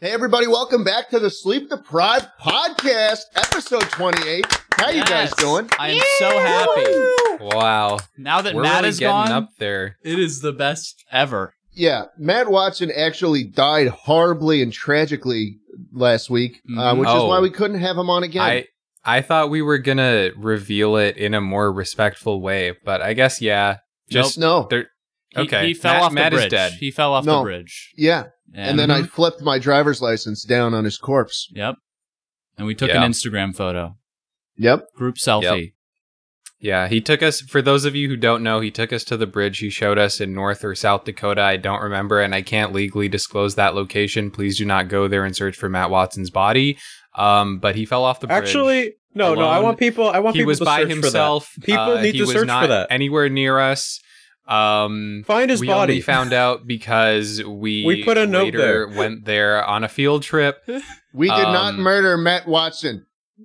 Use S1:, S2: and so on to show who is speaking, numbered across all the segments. S1: Hey everybody, welcome back to the Sleep Deprived Podcast, episode 28. How you guys
S2: Yes.
S1: doing?
S2: I am so happy.
S3: Wow.
S2: Now that
S3: We're
S2: Matt
S3: really
S2: is
S3: getting
S2: gone,
S3: up there.
S2: it is the best ever.
S1: Yeah, Matt Watson actually died horribly and tragically last week, uh,
S2: Mhm.
S1: which is
S3: Oh.
S1: why we couldn't have him on again.
S3: I I thought we were gonna reveal it in a more respectful way, but I guess yeah. Just
S1: no.
S3: there
S2: He,
S3: Okay.
S2: He fell
S3: Matt-
S2: off the
S3: Matt is
S2: bridge.
S3: dead.
S2: He fell off
S1: No.
S2: the bridge.
S1: Yeah, and then I
S2: Mm-hmm.
S1: flipped my driver's license down on his corpse.
S2: Yep. And we took
S3: Yeah.
S2: an Instagram photo.
S1: Yep.
S2: Group selfie.
S3: yeah, he took us for those of you who don't know, he took us to the bridge he showed us in North or South Dakota. I don't remember, and I can't legally disclose that location. Please do not go there and search for Matt Watson's body. Um, but he fell off the bridge.
S4: Actually, no, no. I
S3: alone.
S4: want people. I want
S3: he
S4: people
S3: was
S4: to
S3: by
S4: search
S3: himself.
S4: for that. People
S3: Uh,
S4: need
S3: he
S4: to
S3: was
S4: search
S3: not
S4: for that.
S3: Anywhere near us. Um
S4: Find his
S3: we
S4: body.
S3: only found out because we
S4: We put a note
S3: later went there on a field trip.
S1: We did not
S3: Um,
S1: murder Matt Watson.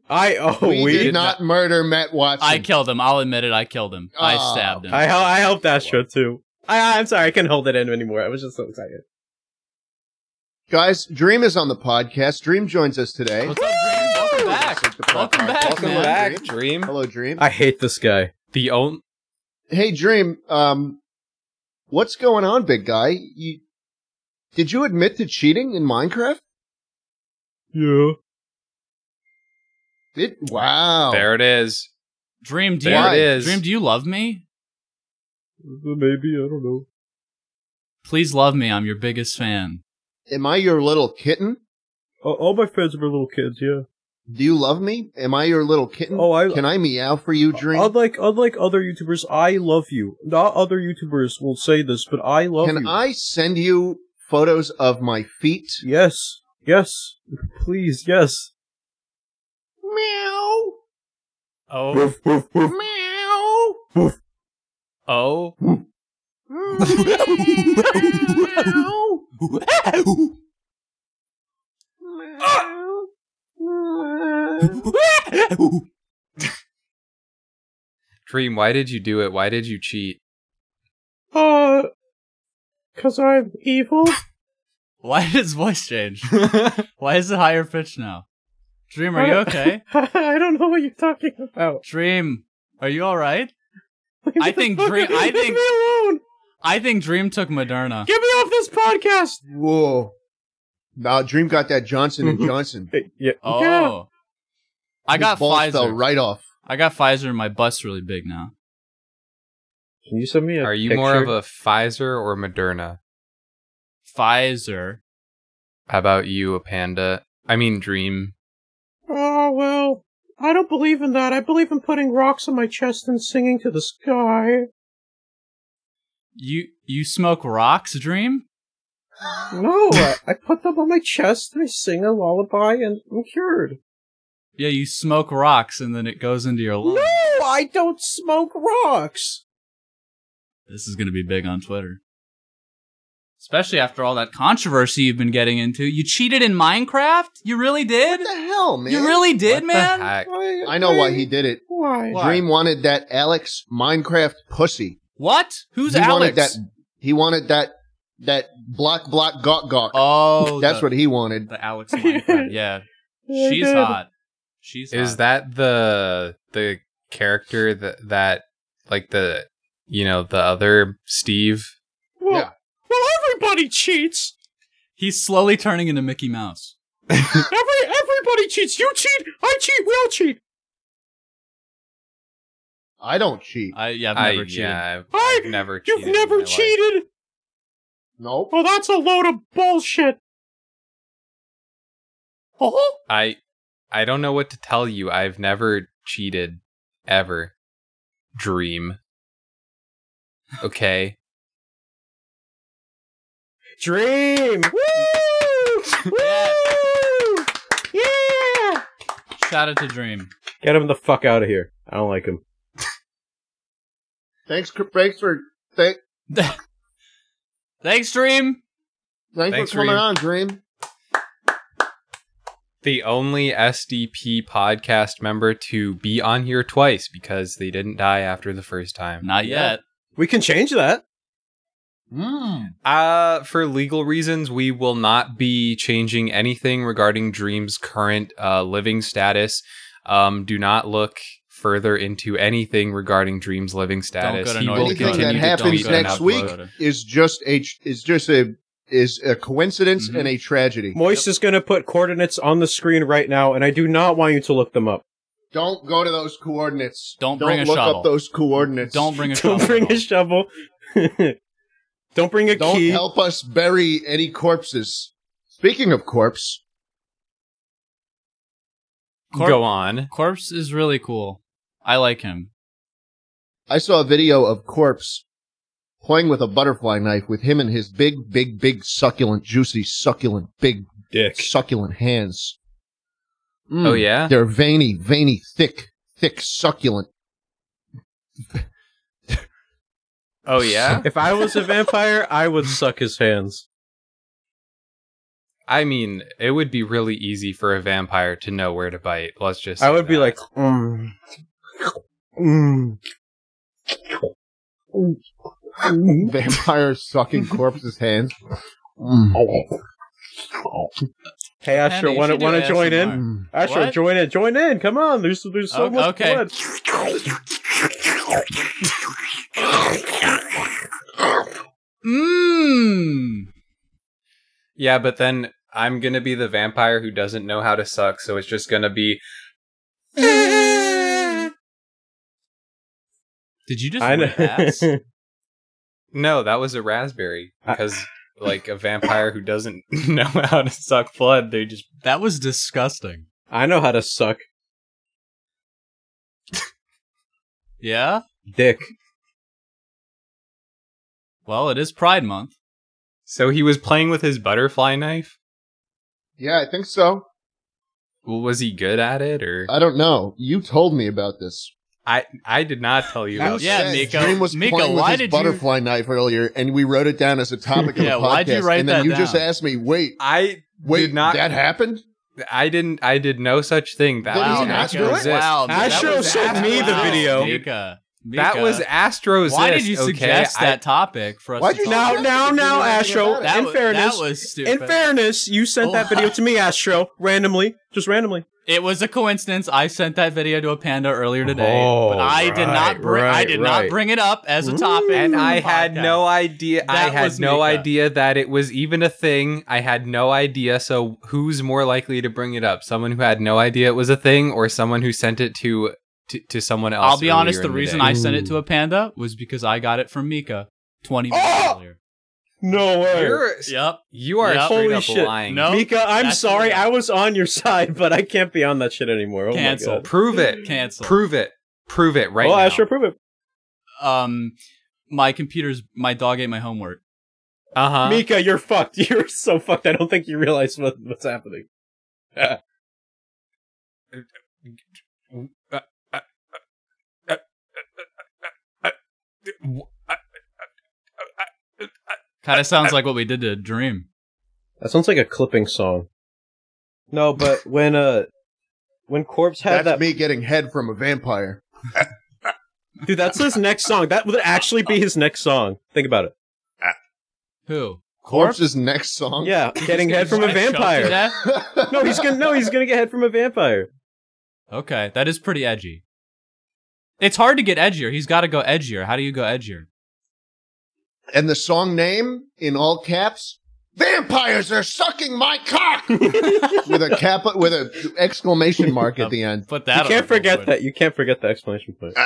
S4: I oh
S1: we,
S4: we.
S1: did not murder Matt Watson.
S2: I killed him. I'll admit it. I killed him.
S1: Oh.
S2: I stabbed him.
S4: I hel- I helped Astro too. I I'm sorry. I couldn't hold it in anymore. I was just so excited.
S1: Guys, Dream is on the podcast. Dream joins us today.
S2: What's up, Dream? Welcome back.
S1: Sleep Deprived
S2: Welcome back,
S1: Podcast.
S2: man.
S1: Dream.
S3: Dream.
S1: Hello, Dream.
S4: I hate this guy.
S3: The only
S1: Hey, Dream. Um, what's going on, big guy? You did you admit to cheating in Minecraft?
S4: Yeah.
S1: It,
S2: Oh.
S1: wow.
S3: there it is.
S2: Dream, do
S3: There
S1: Why?
S3: it
S2: you,
S3: is.
S2: Dream, do you love me?
S4: Maybe I don't know.
S2: Please love me. I'm your biggest fan.
S1: Am I your little kitten?
S4: All, all my friends were little kids. Yeah.
S1: Do you love me? Am I your little kitten?
S4: Oh, I-
S1: can I meow for you, Dream?
S4: Unlike unlike other YouTubers, I love you. Not other YouTubers will say this, but I love
S1: can
S4: you.
S1: I send you photos of my feet?
S4: Yes. Yes. Please. Yes.
S1: Meow.
S3: Oh,
S1: Meow.
S3: oh.
S1: Meow.
S3: Dream, why did you do it? Why did you cheat?
S4: Uh, cause I'm evil.
S2: Why did his voice change? Why is it higher pitch now? Dream, are you okay?
S4: I don't know what you're talking about.
S2: Dream, are you all right? I
S4: the
S2: think
S4: fuck-
S2: Dre- I
S4: leave
S2: think-
S4: me alone.
S2: I think Dream took Moderna.
S4: Get me off this podcast.
S1: Whoa. Now Dream got that Johnson and Johnson.
S4: Hey, yeah.
S2: Oh,
S4: Yeah.
S2: I got
S1: His balls fell
S2: Pfizer.
S1: right off.
S2: I got Pfizer. and My butt's really big now.
S4: Can you send me a
S3: Are you
S4: picture?
S3: more of a Pfizer or Moderna?
S2: Pfizer.
S3: How about you, a panda? I mean, Dream.
S4: Oh well, I don't believe in that. I believe in putting rocks on my chest and singing to the sky.
S2: You you smoke rocks, Dream?
S4: No, I, I put them on my chest and I sing a lullaby and I'm cured.
S2: Yeah, you smoke rocks and then it goes into your lungs.
S4: No, I don't smoke rocks.
S2: This is gonna be big on Twitter. Especially after all that controversy you've been getting into. You cheated in Minecraft? You really did?
S1: What the hell, man?
S2: You really did,
S3: What the
S2: man?
S3: heck?
S4: I,
S1: I know why he did it.
S4: Why?
S2: Why?
S1: Dream wanted that Alex Minecraft pussy.
S2: What? Who's
S1: he Wanted
S2: Alex?
S1: that, he wanted that that block block gawk gawk.
S2: Oh,
S1: That's
S2: the,
S1: what he wanted.
S2: the Alex Minecraft. Yeah,
S4: I
S2: she's
S4: did.
S2: hot. She's
S3: Is
S2: hot.
S3: that the the character that that like the you know the other Steve?
S4: Well,
S1: Yeah.
S4: well, everybody cheats.
S2: He's slowly turning into Mickey Mouse.
S4: Every everybody cheats. You cheat. I cheat. We all cheat.
S1: I don't cheat.
S2: I yeah, I've
S3: I-
S2: never cheated.
S3: yeah, I've,
S4: I-
S3: I've never.
S4: You've
S3: cheated in my
S4: never
S3: life.
S4: cheated.
S1: Nope.
S4: Well, Oh, that's a load of bullshit. Oh,
S3: I I don't know what to tell you. I've never cheated ever. Dream. Okay.
S4: dream. Woo! Woo! Yeah!
S2: Shout out to Dream.
S4: Get him the fuck out of here. I don't like him.
S1: Thanks, cr- thanks for th-
S2: Thanks, Dream.
S1: thanks,
S3: Thanks,
S1: for coming
S3: Dream.
S1: on, Dream.
S3: The only SDP podcast member to be on here twice because they didn't die after the first time.
S2: Not
S4: Yeah.
S2: yet.
S4: We can change that.
S3: Hmm.
S5: Mm.
S3: Uh, for legal reasons, we will not be changing anything regarding Dream's current uh, living status. Um, do not look further into anything regarding Dream's living status.
S2: go to
S3: He
S2: North
S3: will
S2: Dakota.
S3: continue
S2: Anything that
S3: to
S2: happens
S3: delete and
S2: next
S3: upload.
S1: week? Is just a is just a is a coincidence
S2: Mhm.
S1: and a tragedy.
S4: Moist is going to put coordinates on the screen right now, and I do not want you to look them up.
S1: Don't go to those coordinates.
S2: Don't bring a
S1: look
S2: shovel.
S1: up those coordinates.
S2: Don't bring a
S4: Don't
S2: shovel
S4: bring
S2: at
S4: a shovel. Don't bring a
S1: Don't
S4: key.
S1: help us bury any corpses. Speaking of corpse,
S2: all.
S3: Go
S2: Corp-
S3: on.
S2: Corpse is really cool. I like him.
S1: I saw a video of corpse playing with a butterfly knife with him and his big, big, big succulent, juicy, succulent, big,
S4: Dick.
S1: succulent hands. Mm,
S3: Oh yeah.
S1: they're veiny, veiny, thick, thick, succulent.
S3: Oh yeah.
S4: If I was a vampire, I would suck his hands.
S3: I mean, it would be really easy for a vampire to know where to bite. Let's just.
S4: I
S3: say
S4: would be
S3: that.
S4: like, mm, mm,
S1: Vampire sucking corpse's hands. Mm.
S4: hey Asher,
S2: Andy, you
S4: want
S2: should
S4: to
S2: do
S4: want to join in?
S2: ASMR.
S1: Mm.
S4: Asher,
S2: What?
S4: join in, join in. Come on, there's there's so
S2: O-
S4: much
S2: okay.
S4: blood.
S2: Mmm.
S3: Yeah, but then I'm gonna be the vampire who doesn't know how to suck, so it's just gonna be.
S2: Did you just
S4: I know.
S2: wet ass?
S3: No, that was a raspberry because, like, a vampire who doesn't know how to suck blood, they just.
S2: That was disgusting.
S4: I know how to suck
S2: Yeah?
S4: dick.
S2: Well, it is Pride Month.
S3: So he was playing with his butterfly knife.
S1: Yeah, I think so.
S3: Well, was he good at it, or
S4: Uh,
S1: I don't know. You told me about this.
S3: I? I did not tell you. About
S2: Who Yeah,
S3: this.
S1: said
S2: Miko-
S1: Dream was
S2: Miko,
S1: playing with
S2: why
S1: his
S2: did you-
S1: butterfly knife earlier, and we wrote it down as a topic of
S2: Yeah,
S1: the podcast.
S2: why'd you write
S1: and then
S2: that
S1: you just
S2: down?
S1: asked me, "Wait,
S3: I
S1: wait,
S3: did not.
S1: that happened?"
S3: I didn't. I did no such thing. That
S1: Did
S3: was
S1: he not
S3: Astro
S1: do it?
S3: Exist.
S2: Wow,
S4: I
S2: that
S4: should've
S2: was-
S4: sent me the
S2: wow,
S4: video.
S2: Mika.
S3: That
S2: Mika.
S3: was Astro
S2: Why did
S3: Exist,
S2: you
S3: okay?
S2: suggest
S3: I-
S2: that topic for us?
S1: Why'd
S2: to
S1: you
S2: talk
S4: Now,
S2: about?
S1: suggest
S4: now,
S1: it?
S4: now, Astro.
S1: That
S4: in
S2: was-
S4: fairness,
S2: that was
S4: in
S2: stupid.
S4: fairness, you sent that video to me, Astro, randomly, just randomly.
S2: It was a coincidence. I sent that video to a panda earlier today,
S4: Oh,
S2: but I did
S4: right,
S2: not bring. I
S4: right,
S2: did
S4: right.
S2: not bring it up as a topic.
S3: and
S2: for
S3: I
S2: the
S3: had
S2: podcast.
S3: no idea. I
S2: That
S3: had
S2: was
S3: no
S2: Mika.
S3: idea that it was even a thing. I had no idea. So who's more likely to bring it up? Someone who had no idea it was a thing, or someone who sent it to to, to someone else?
S2: I'll be
S3: earlier
S2: honest.
S3: in
S2: The reason
S3: day?
S2: I sent it to a panda was because I got it from Mika twenty minutes
S4: Oh!
S2: earlier.
S4: No way.
S3: You're,
S2: Yep.
S3: you are
S2: Yep.
S3: straight
S4: Holy
S3: up
S4: shit.
S3: lying.
S2: No.
S4: Mika, I'm
S2: That's
S4: sorry.
S2: what I
S4: I
S2: got.
S4: was on your side, but I can't be on that shit anymore. Oh my
S2: Cancel.
S4: god.
S3: prove it.
S2: Cancel.
S3: Prove it. Prove it right
S4: well,
S3: now.
S4: Astro, prove it.
S2: um, my computer's. My dog ate my homework.
S3: Uh huh.
S4: Mika, you're fucked. You're so fucked. I don't think you realize what, what's happening.
S2: Kind of sounds like what we did to Dream.
S4: That sounds like a clipping song. No, but when uh, when Corpse had
S1: That's
S4: that,
S1: me getting head from a vampire.
S4: dude, that's his next song. That would actually be his next song. Think about it.
S2: Who?
S1: Corpse's next song.
S4: Yeah, getting head from a
S2: Get choked to
S4: vampire.
S2: death?
S4: No, he's gonna no, he's gonna get head from a vampire.
S2: Okay, that is pretty edgy. It's hard to get edgier. He's got to go edgier. How do you go edgier?
S1: And the song name in all caps: "Vampires are sucking my cock." with a cap, with a exclamation mark at the end.
S2: Put
S4: You
S2: that.
S4: can't
S2: on the
S4: forget
S2: board.
S4: that. You can't forget the explanation point.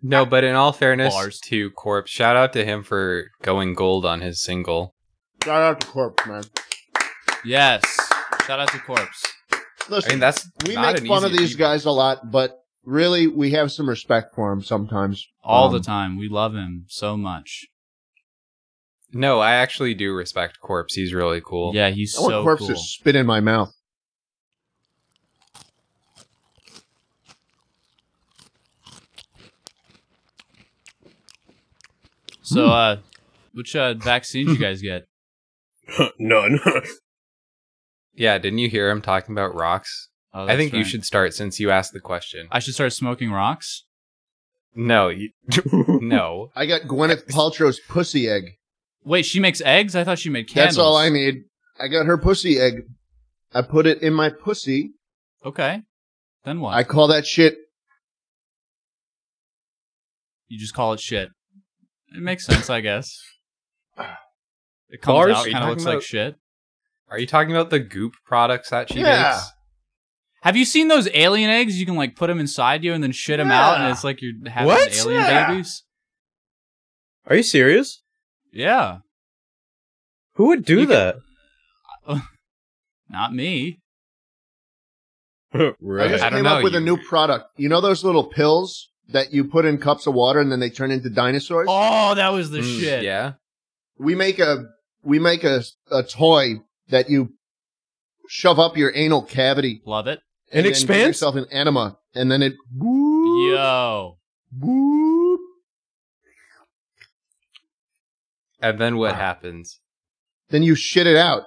S3: No, but in all fairness
S2: Bars.
S3: to Corpse, shout out to him for going gold on his single.
S1: Shout out to Corpse, man.
S2: Yes. Shout out to Corpse.
S1: Listen,
S3: I mean, that's
S1: we
S3: not
S1: make
S3: an
S1: fun
S3: easy
S1: of these
S3: achievement.
S1: guys a lot, but really, we have some respect for them sometimes.
S2: All
S1: Um,
S2: the time. We love him so much.
S3: No, I actually do respect Corpse. He's really cool.
S2: Yeah, he's
S1: I want
S2: so
S1: Corpse
S2: cool.
S1: to spit in my mouth. Hmm.
S2: So, uh, which uh, vaccines you guys get?
S1: Uh,
S4: None.
S3: Yeah, didn't you hear him talking about rocks?
S2: Oh,
S3: I
S2: that's
S3: think you
S2: right.
S3: should start since you asked the question.
S2: I should start smoking rocks.
S3: No, you, no.
S1: I got Gwyneth Paltrow's pussy egg.
S2: Wait, she makes eggs? I thought she made candles.
S1: That's all I need. I got her pussy egg. I put it in my pussy.
S2: Okay. Then what?
S1: I call that shit.
S2: you just call it shit. It makes sense, I guess. It comes
S3: Bars?
S2: out,
S3: Are you
S2: kind of
S3: talking
S2: looks like
S3: about-
S2: shit.
S3: Are you talking about the goop products that she
S1: Yeah.
S3: makes?
S2: Have you seen those alien eggs? You can like put them inside you and then shit them out, and
S1: Yeah.
S2: it's like you're having
S4: What?
S2: alien
S1: Yeah.
S2: babies.
S4: Are you serious?
S2: Yeah,
S4: Who would do
S2: You can-
S4: that?
S2: not me.
S1: I just
S3: I don't
S1: came up
S3: know,
S1: with a
S3: you-
S1: new product. You know those little pills that you put in cups of water and then they turn into dinosaurs?
S2: Oh, that was the
S3: Mm,
S2: shit.
S3: Yeah.
S1: We make a we make a a toy that you shove up your anal cavity
S2: Love it.
S1: then
S4: An
S1: give
S4: expanse?
S1: yourself an enema, and then it
S2: Yo,
S1: Boop.
S3: And then what happens?
S1: then you shit it out.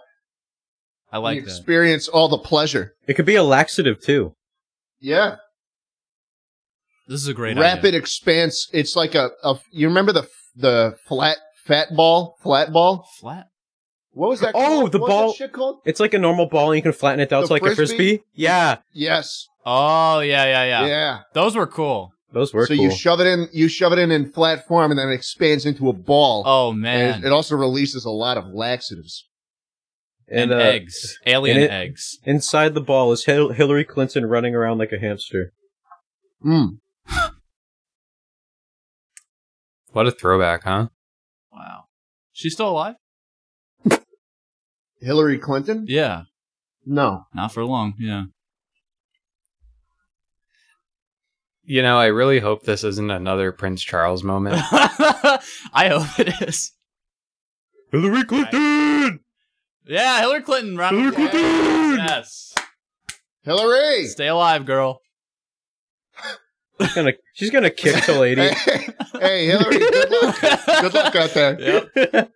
S2: I
S1: and you
S2: like that.
S1: experience all the pleasure.
S4: It could be a laxative too.
S1: Yeah,
S2: This is a great
S1: rapid
S2: idea.
S1: expanse. It's like a, a you remember the the flat fat ball flat ball.
S2: flat.
S1: What was that?
S4: Oh,
S1: called?
S4: the
S1: What was
S4: ball-
S1: that shit called?
S4: It's like a normal ball and you can flatten it out
S1: The
S4: to like a
S1: frisbee?
S4: frisbee. Yeah.
S1: Yes.
S2: Oh yeah, yeah, yeah.
S1: Yeah.
S2: Those were cool.
S4: Those were
S1: so
S4: cool.
S1: you shove it in, you shove it in in flat form, and then it expands into a ball.
S2: Oh
S1: and
S2: man,
S1: it, it also releases a lot of laxatives.
S2: and,
S4: uh,
S2: eggs, alien
S4: and it-
S2: eggs.
S4: Inside the ball is Hil- Hillary Clinton running around like a hamster.
S1: Mm.
S3: What a throwback, huh?
S2: Wow, she's still alive?
S1: Hillary Clinton?
S2: Yeah,
S1: No.
S2: not for long. Yeah.
S3: You know, I really hope this isn't another Prince Charles moment.
S2: I hope it is.
S4: Hillary Clinton!
S2: Yeah, Hillary Clinton. round of
S1: Hillary
S2: applause.
S4: Clinton!
S2: Yes.
S1: Hillary.
S2: Stay alive, girl.
S4: She's gonna, she's gonna kick the lady.
S1: Hey, hey, Hillary. Good luck. Good luck out there.
S2: Yep.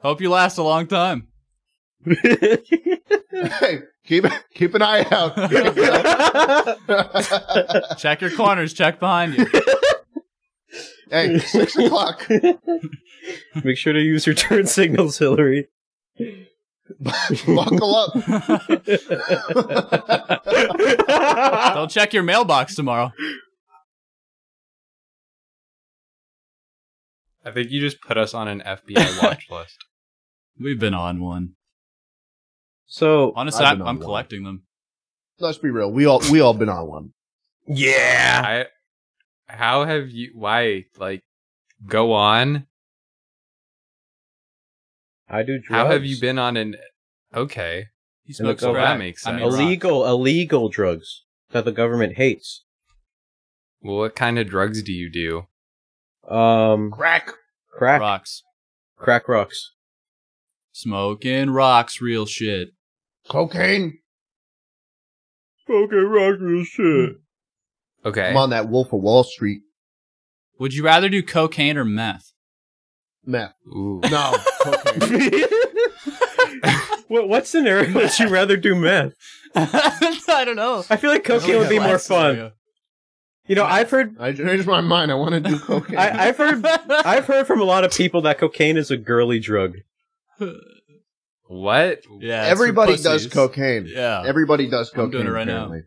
S2: Hope you last a long time.
S1: Hey, keep keep an eye out.
S2: Check your corners. Check behind you.
S1: hey, six o'clock.
S4: Make sure to use your turn signals, Hillary.
S1: Buckle up.
S4: Don't
S2: Don't check your mailbox tomorrow.
S3: I think you just put us on an FBI watch list.
S2: We've been on one.
S4: So
S2: Honestly,
S1: I've been
S2: I'm,
S1: on
S2: I'm
S1: one.
S2: collecting them.
S1: Let's be real. We all we all been on one.
S2: Ah.
S4: yeah,
S3: I how have you why like go on?
S4: I do. Drugs.
S3: How have you been on an okay.
S2: He
S4: And look,
S2: smokes
S4: oh,
S2: crack.
S3: that makes
S2: I mean,
S3: sense.
S2: rock.
S4: Illegal, illegal drugs that the government hates.
S3: Well, what kind of drugs do you do?
S4: Um,
S1: Crack.
S4: crack,
S2: Rocks.
S4: crack rocks.
S2: Smoking rocks. Real shit.
S1: Cocaine.
S4: Okay, rock real shit.
S3: Okay.
S1: I'm on that Wolf of Wall Street
S2: Would you rather do cocaine or meth?
S1: meth.
S3: Ooh.
S1: No, cocaine.
S4: what what scenario would you rather do meth?
S2: I don't know.
S4: I feel like cocaine would be more fun. You know, I've heard,
S1: I changed my mind. I want to do cocaine.
S4: I, I've heard, I've heard from a lot of people that cocaine is a girly drug.
S3: What?
S2: yeah, it's for
S1: Everybody does
S2: pussies.
S1: cocaine.
S2: Yeah.
S1: Everybody does cocaine.
S2: I'm doing it right now.
S1: apparently.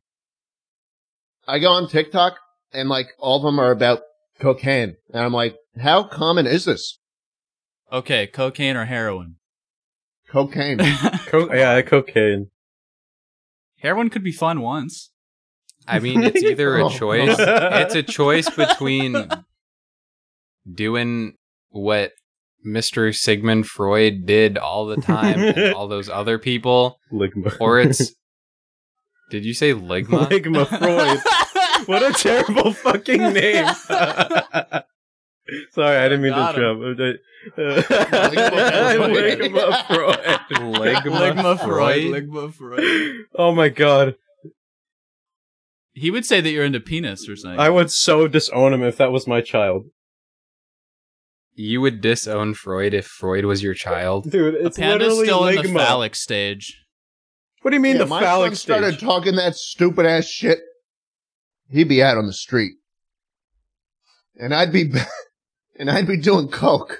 S1: I go on TikTok and like all of them are about cocaine, and I'm like, how common is this?
S2: okay, cocaine or heroin.
S1: Cocaine.
S4: Co- yeah, cocaine.
S2: heroin could be fun once.
S3: I mean, it's either
S1: Oh.
S3: a choice. It's a choice between doing what Mr. Sigmund Freud did all the time and all those other people,
S4: Ligma.
S3: or it's. Did you say Ligma?
S4: Ligma Freud. What a terrible fucking name. Sorry, I didn't mean to
S2: Got
S4: jump. Uh,
S1: Ligma Freud.
S4: Ligma Freud.
S2: Ligma Freud. Ligma Freud.
S4: Oh my god.
S2: He would say that you're into penis or something.
S4: I would so disown him if that was my child.
S3: You would disown Freud if Freud was your child.
S4: Dude,
S2: a
S4: it's
S2: panda's
S4: literally
S2: still
S4: Ligma.
S2: in the phallic stage.
S4: What do you mean
S1: Yeah,
S4: the
S1: my
S4: phallic
S1: son started
S4: stage?
S1: talking that stupid ass shit. He'd be out on the street. and I'd be and I'd be doing coke.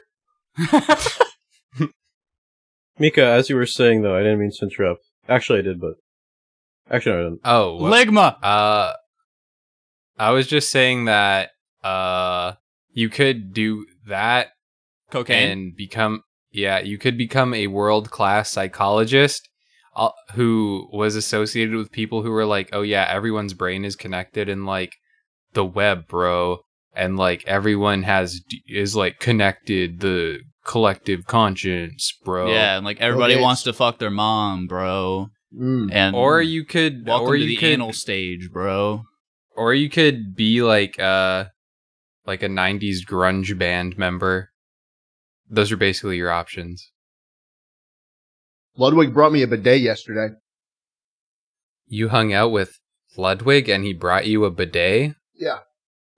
S5: Mika, as you were saying though, I didn't mean to interrupt. Actually, I did, but actually, no, I didn't.
S3: Oh, what-
S2: Ligma.
S3: Uh, I was just saying that uh, you could do that
S2: Cocaine.
S3: and become yeah, you could become a world class psychologist uh, who was associated with people who were like, oh yeah, everyone's brain is connected in like the web, bro, and like everyone has is like connected the collective conscience, bro.
S2: yeah, and like everybody
S1: Okay.
S2: wants to fuck their mom, bro.
S1: Mm.
S2: And
S3: Or you could,
S2: welcome
S3: or
S2: to
S3: you
S2: the
S3: could,
S2: anal stage, bro.
S3: or you could be like uh like a 90s grunge band member those are basically your options
S1: Ludwig brought me a bidet yesterday.
S3: you hung out with ludwig and he brought you a bidet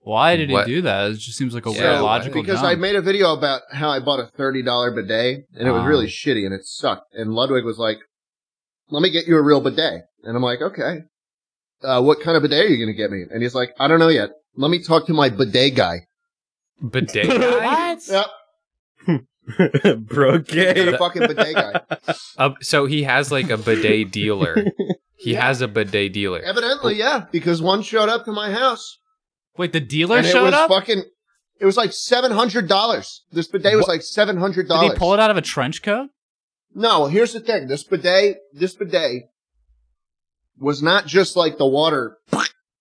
S2: Why did
S3: What?
S2: he do that? It just seems like a
S3: Yeah,
S2: weird
S1: So,
S2: logical
S1: because
S2: jump.
S1: I made a video about how I bought a thirty dollar bidet and it was
S2: Ah.
S1: really shitty and it sucked. And Ludwig was like, "Let me get you a real bidet," and I'm like, "Okay, uh, what kind of bidet are you going to get me?" And he's like, "I don't know yet. Let me talk to my bidet guy."
S3: bidet guy?
S2: what?
S1: Yep,
S5: Bro,
S1: got a
S5: gay.
S1: fucking bidet guy.
S3: Uh, so he has like a bidet dealer he has a bidet dealer
S1: Evidently, yeah, because one showed up to my house
S2: Wait, the dealer
S1: and it
S2: showed
S1: was
S2: up?
S1: fucking. It was like seven hundred dollars. This bidet was like seven hundred
S2: Did
S1: dollars.
S2: he pull it out of a trench coat?
S1: No, here's the thing. This bidet, this bidet was not just like the water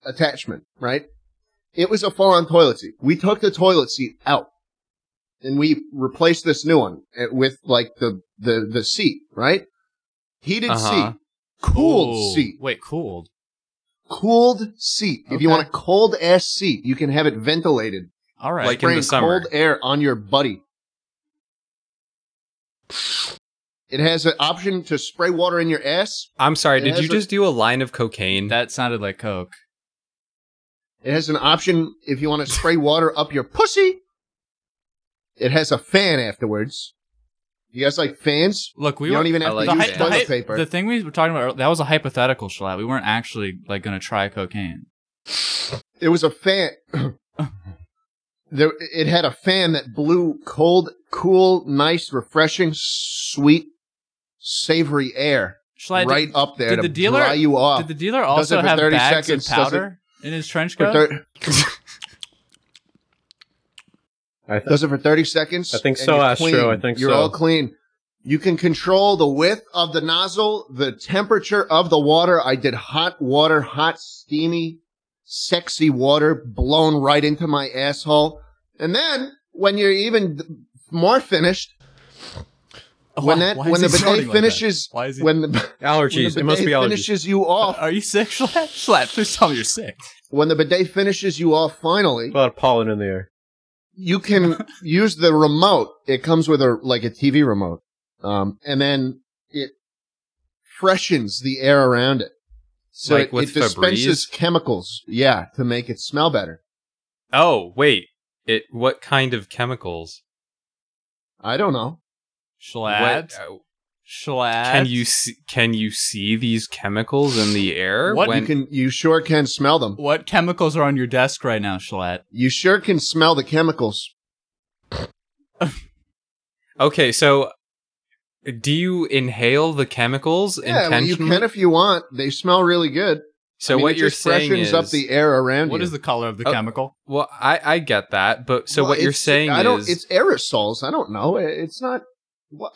S1: attachment, right? It was a full on toilet seat. We took the toilet seat out and we replaced this new one eh, with like the, the, the seat, right? Heated
S3: Uh-huh.
S1: seat, cooled
S2: Ooh.
S1: seat,
S2: Wait, cooled.
S1: cooled seat. If you
S2: Okay.
S1: want a cold ass seat, you can have it ventilated.
S2: All right.
S3: Like- in the
S1: spraying
S3: summer.
S1: cold air on your buddy. It has an option to spray water in your ass
S3: i'm sorry
S1: It
S3: did
S1: has
S3: you
S1: a-
S3: just do a line of cocaine
S2: that sounded like coke.
S1: It has an option if you want to spray water up your pussy. It has a fan afterwards. You guys like fans?
S2: Look, we
S1: you
S2: were,
S1: don't even
S3: I
S1: have
S3: like
S1: to
S2: hy-
S1: use
S3: fans.
S1: toilet
S2: hy-
S1: paper.
S2: the thing we were talking about earlier, that was a hypothetical Shalat. We weren't actually like going to try cocaine.
S1: it was a fan. there, it had a fan that blew cold, cool, nice, refreshing, sweet, savory air
S2: Shalat, did-
S1: right up there
S2: did
S1: to
S2: the dealer-
S1: dry you off.
S2: Did the dealer
S1: Does it
S2: also
S1: for
S2: have
S1: 30
S2: bags
S1: seconds,
S2: of
S1: does it-
S2: powder in his trench
S1: for
S2: coat?
S1: thir-
S5: I th-
S1: does it for thirty seconds.
S5: I think
S1: and
S5: so,
S1: you're
S5: Astro,
S1: clean.
S5: I think
S1: you're
S5: so.
S1: all clean. You can control the width of the nozzle, the temperature of the water. I did hot water, hot, steamy, sexy water blown right into my asshole. And then when you're even th- more finished,
S2: Oh, Why-
S1: when that
S2: why is
S1: when
S2: he
S1: the bidet
S2: sounding like that?
S1: finishes,
S2: Why is he-
S1: when the, when
S5: allergies.
S1: the
S5: It must be
S1: bidet
S5: allergies.
S1: finishes you off,
S2: Are you sick, Shalat? Shalat, please tell me you're sick.
S1: when the bidet finishes you off, finally,
S5: A lot of pollen in the air.
S1: you can use the remote. It comes with a like a TV remote, um, and then it freshens the air around it. So
S3: Like
S1: it,
S3: with
S1: it dispenses chemicals, yeah, to make it smell better.
S3: oh wait it what kind of chemicals
S1: I don't know.
S2: Shalat,
S3: What- uh,
S2: Shalat.
S3: can you see, can you see these chemicals in the air
S2: What-
S1: you can, you sure can smell them.
S2: What chemicals are on your desk right now, Shalat?
S1: You sure can smell the chemicals.
S3: Okay, so do you inhale the chemicals
S1: Yeah, well, you
S3: intentionally?
S1: can if you want. They smell really good.
S3: so
S1: I mean,
S3: what
S1: it
S3: you're
S1: just
S3: saying
S1: freshens
S3: is,
S1: up the air around
S2: What
S1: you.
S2: is the color of the
S3: Oh.
S2: chemical?
S3: well, I, I get that, but so
S1: Well,
S3: what you're
S1: it's-
S3: saying
S1: I don't,
S3: is,
S1: it's aerosols. I don't know. It- It's not. wha-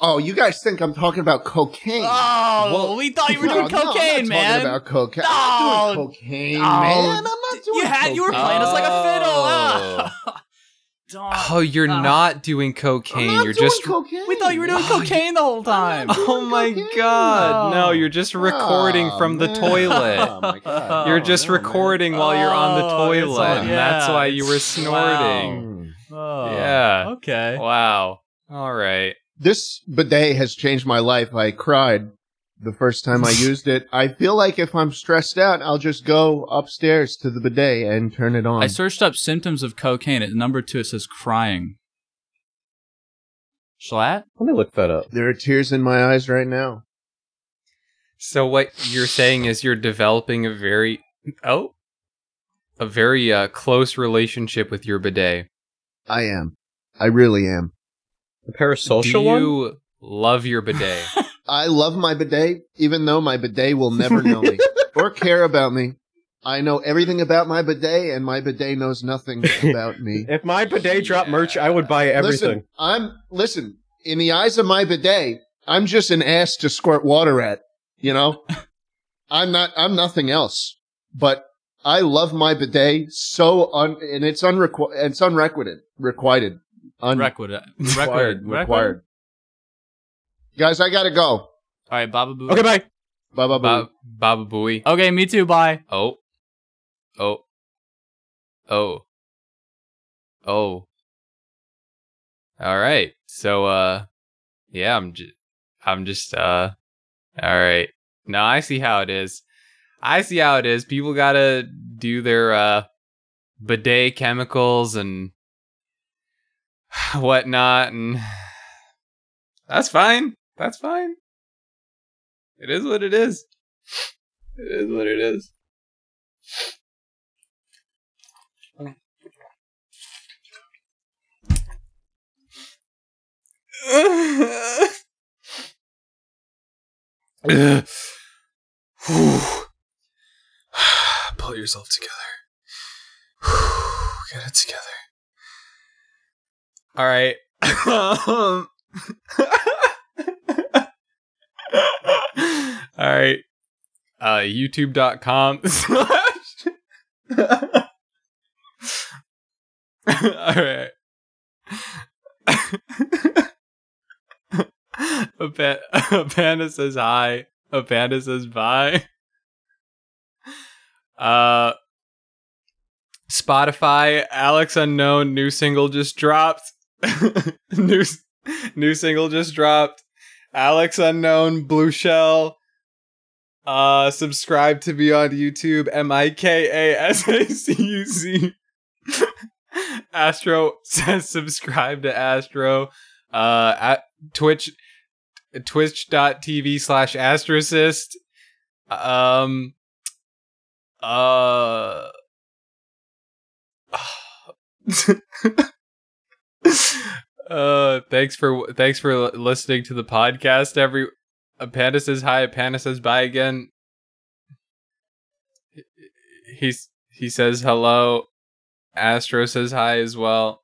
S1: Oh, you guys think I'm talking about cocaine?
S3: Ah, Well-
S2: Oh, we thought
S1: No, no, I'm not talking about cocaine. I'm not
S2: No.
S1: doing cocaine,
S2: No.
S1: man. I'm not doing.
S2: Oh, You had- you were
S1: cocaine.
S2: playing us like a fiddle, ah.
S3: oh, you're
S2: Ah.
S3: not doing
S1: I'm
S3: cocaine.
S1: not
S3: you're
S1: doing
S3: just.
S1: cocaine.
S2: We thought you were doing
S3: Oh, you-
S2: cocaine the whole time.
S1: doing
S3: oh my
S1: cocaine.
S3: god!
S2: Oh.
S3: No, you're just recording
S1: Oh,
S3: from the
S1: man.
S3: toilet.
S1: Oh my god.
S3: You're just
S1: no, man.
S3: recording while you're on the
S2: Oh, it's
S3: toilet.
S2: all-
S3: and that's
S2: yeah,
S3: why you were
S2: it's-
S3: snorting.
S1: Mm.
S2: Oh,
S3: Yeah.
S2: Okay.
S3: Wow. All right.
S1: This bidet has changed my life. I cried the first time I used it. I feel like if I'm stressed out, I'll just go upstairs to the bidet and turn it on.
S2: I searched up symptoms of cocaine. At number two, it says crying. Shalat?
S5: Let me look that up.
S1: there are tears in my eyes right now.
S3: So what you're saying is you're developing a very oh a very uh, close relationship with your bidet.
S1: I am. I really am.
S5: The parasocial
S3: Do
S5: one?
S3: you love your bidet?
S1: I love my bidet, even though my bidet will never know me or care about me. I know everything about my bidet, and my bidet knows nothing about me.
S5: If my bidet dropped merch, I would buy everything.
S1: Listen, I'm listen. In the eyes of my bidet, I'm just an ass to squirt water at. You know, I'm not. I'm nothing else. But I love my bidet so un, and it's unrequ- it's unrequited, requited, un-
S2: Required.
S1: required,
S2: Required.
S1: required. Guys, I gotta go.
S2: All right, Baba Boo.
S5: Okay, bye.
S1: Bye bye bye.
S3: Ba- Baba Booey.
S2: Okay, me too. Bye.
S3: Oh. Oh. Oh. Oh. All right. So uh yeah, I'm just I'm just uh all right. No, I see how it is. I see how it is. People got to do their uh bidet chemicals and whatnot and that's fine. That's fine. It is what it is. It is what it is. Ugh. Whew. Pull yourself together. Whew. Get it together. All right. Um. All right. Uh, YouTube.com slash. All right. a, pa- a panda says hi. A panda says bye. Uh, Spotify. Alex Unknown new single just dropped. new s- new single just dropped. Alex Unknown Blue Shell. Uh, subscribe to be on YouTube. M I K A S A C U C. Astro says subscribe to Astro. Uh, at Twitch, twitch.tv slash astrocist. Um, uh, uh, thanks for, thanks for li- listening to the podcast. Every, a panda says hi, a panda says bye again. He's, he says hello. Astro says hi as well.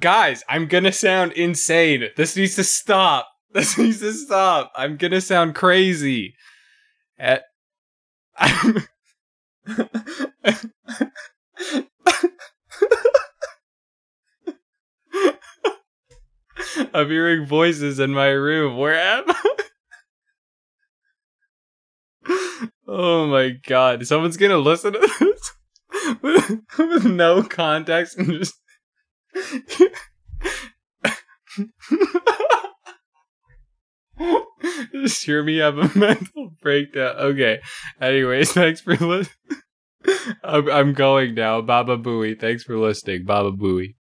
S3: Guys, I'm gonna sound insane. This needs to stop. This needs to stop. I'm gonna sound crazy. At- I'm hearing voices in my room. Where am I? Oh my god. Someone's gonna listen to this with, with no context and just. just hear me have a mental breakdown. Okay. Anyways, thanks for listening. I'm, I'm going now. Baba Booey. Thanks for listening. Baba Booey.